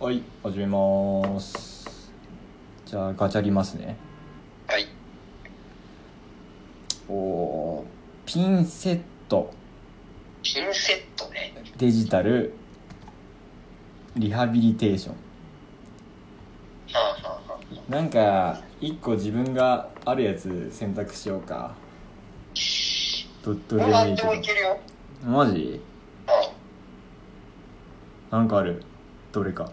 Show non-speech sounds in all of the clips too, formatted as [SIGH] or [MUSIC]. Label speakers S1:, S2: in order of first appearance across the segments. S1: はい始めますじゃあガチャりますね
S2: はい。
S1: おーピンセット
S2: ピンセットね。
S1: デジタルリハビリテーション
S2: はあ、はあは
S1: なんか一個自分があるやつ選択しようかどど
S2: あ、
S1: れ
S2: もう
S1: でもいいけ
S2: 何でもいけるよ。
S1: どマジ
S2: う
S1: なんかあるどれか
S2: ん。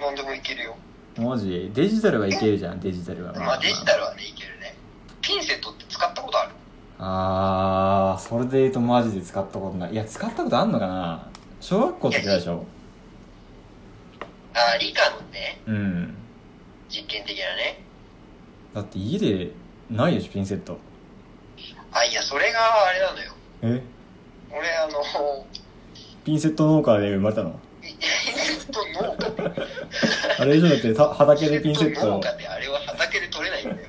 S2: 何でもいけるよ。
S1: マジデジタルはいけるじゃんデジタルは
S2: まあデジタルはね、いけるね。ピンセットって使ったことある
S1: あーそれで言うとマジで使ったことないいや使ったことあんのかな小学校の時はでしょ
S2: あー、理科のね、
S1: うん
S2: 実験的なね。
S1: だって家でないでしょピンセット
S2: あ、いや、それがあれなのよ。
S1: え
S2: 俺、あの、
S1: ピンセット農家で生まれたの
S2: ピンセット農家で、
S1: あれ以上だってた畑でピンセッ
S2: 農
S1: ト
S2: 家で、あれは畑で取れないんだよ。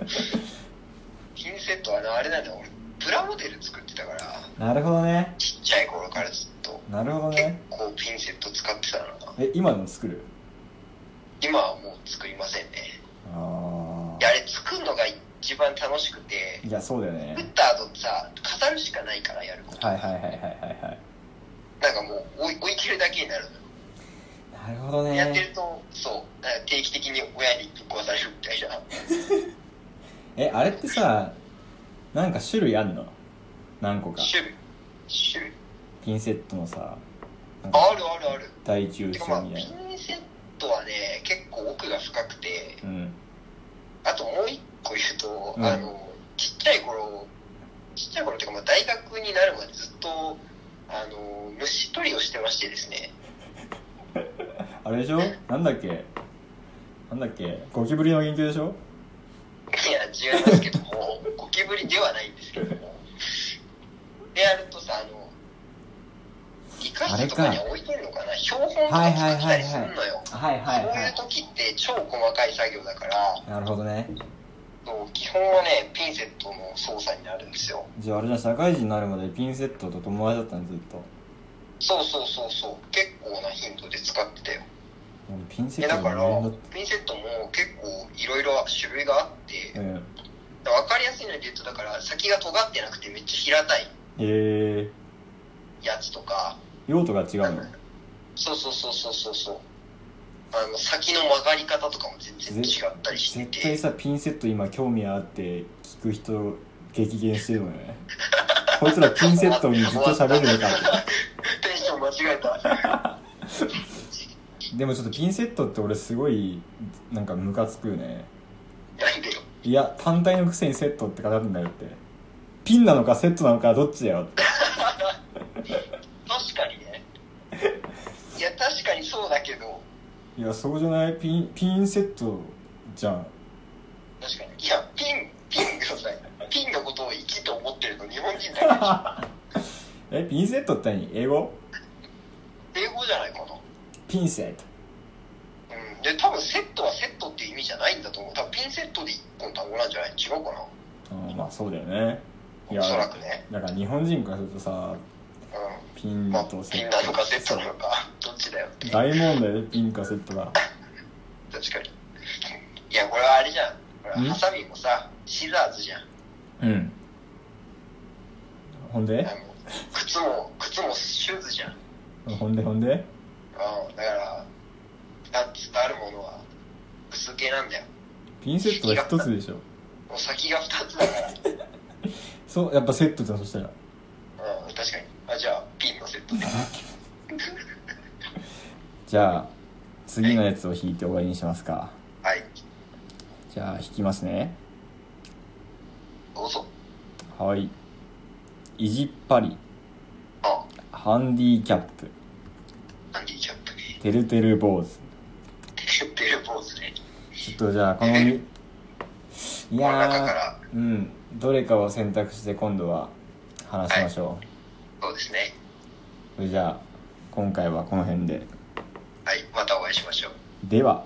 S2: ピンセットはな、あれなんだよ。俺、プラモデル作ってたから、
S1: なるほどね
S2: ちっちゃい頃からずっと、
S1: なるほど
S2: 結
S1: ね
S2: 構ピンセット使ってたのな。
S1: え今でも作る
S2: 今はもう作りませんね。
S1: あ
S2: いやあれ作るのが一番楽しくて
S1: あいやそうだよね
S2: 作った後さ飾るしかないからやること、
S1: はいはいはいはいはいはい
S2: なんかもう追い追い切るだけになるのよ、
S1: なるほど
S2: やって
S1: ね
S2: るとそうなんか定期的に親にぶっ壊されるみたいな
S1: えあれってさなんか種類あんの何個か
S2: 種類種類
S1: ピンセットのさなんか
S2: ああるあるある
S1: 大中
S2: てかま
S1: 小
S2: あ
S1: みた
S2: ピ
S1: いな
S2: ンセットはね結構奥が深くて
S1: うん
S2: あともう一個言うと、
S1: うん
S2: あのちっちゃい頃ちっちゃい頃っていうかまあ大学になるまでずっとあの虫取りをしてましてですね
S1: あれでしょなんだっけなんだっけゴキブリの研究でしょ
S2: いや違いますけどもゴキブリではないんですけどもでやるとさあの理科室とかに置いてるのかな標本とか作ったりするのよ
S1: はい
S2: こういう時って超細かい作業だか
S1: な
S2: ら
S1: るほどね
S2: そう基本はねピンセットの操作になるんですよ
S1: じゃああれじゃん社会人になるまでピンセットと友達だったのずっと
S2: そうそうそうそう結構な頻度で使ってたよ
S1: 俺ピンセ
S2: え
S1: ット
S2: だから
S1: 無限
S2: ピンセットも結構いろいろ種類があって
S1: だうん
S2: 分かりやすいので言うとだから先が尖ってなくてめっちゃ平たい
S1: へえ
S2: やつとか
S1: 用途が違うの
S2: そうそうそうそうそうそうあの先の曲がり方とかも全然違ったりして
S1: 絶対
S2: て
S1: さピンセット今興味あって聞く人激減してるのよね [LAUGHS] こいつらピンセットにずっと喋るのかっ
S2: テンション間違えた
S1: てでもちょっとピンセットって俺すごいなんかムカつくよね
S2: なんでよ
S1: いや単体のくせにセットって語るんだよってピンなのかセットなのかどっちだよって
S2: 確かにねいや確かにそうだけど
S1: いやそうじゃないピンピンセットじゃん
S2: 確かにいやピンピンがさピンのことを1と思ってるの日本人だ
S1: えピンセットって何英語
S2: けでしょ英語じゃないかな
S1: ピンセット
S2: うんで多分セットはセットっていう意味じゃないんだと思う多分ピンセットで1本単語なんじゃない違うかな
S1: うんまあそうだよねいや
S2: おそらくね
S1: だから日本人からするとさ
S2: う
S1: ピン
S2: んまあ
S1: とセ
S2: ピン
S1: ッ
S2: な
S1: ト
S2: のかセットなのかどっちだよって
S1: 大問題でピンかセットが
S2: 確かにいやこれはあれじゃんこれは
S1: ん
S2: ハサミもさシザーズじゃん
S1: うんほん
S2: あ
S1: で
S2: の靴も靴もシューズじゃん
S1: ほんでほんで
S2: うんだから2つあるものは薄毛なんだよ
S1: ピンセットは一つでしょ
S2: もう先が2つだから
S1: そうやっぱセットじゃんそしたら
S2: うん確かにあじゃあピンのセットで
S1: じゃあ次のやつを引いて終わりにしますか
S2: はい
S1: じゃあ引きますね
S2: どうぞ
S1: はい意地っぱり
S2: あ
S1: ハンディキャップ
S2: ハンディキャップね
S1: てるてる坊主
S2: [LAUGHS] ベルポーズね
S1: ちょっとじゃあこのみい
S2: この中か
S1: や
S2: ら
S1: ーうんどれかを選択して今度は話しましょ
S2: そうですね
S1: う、それじゃあ今回はこの辺で
S2: はいまたお会いしましょう
S1: では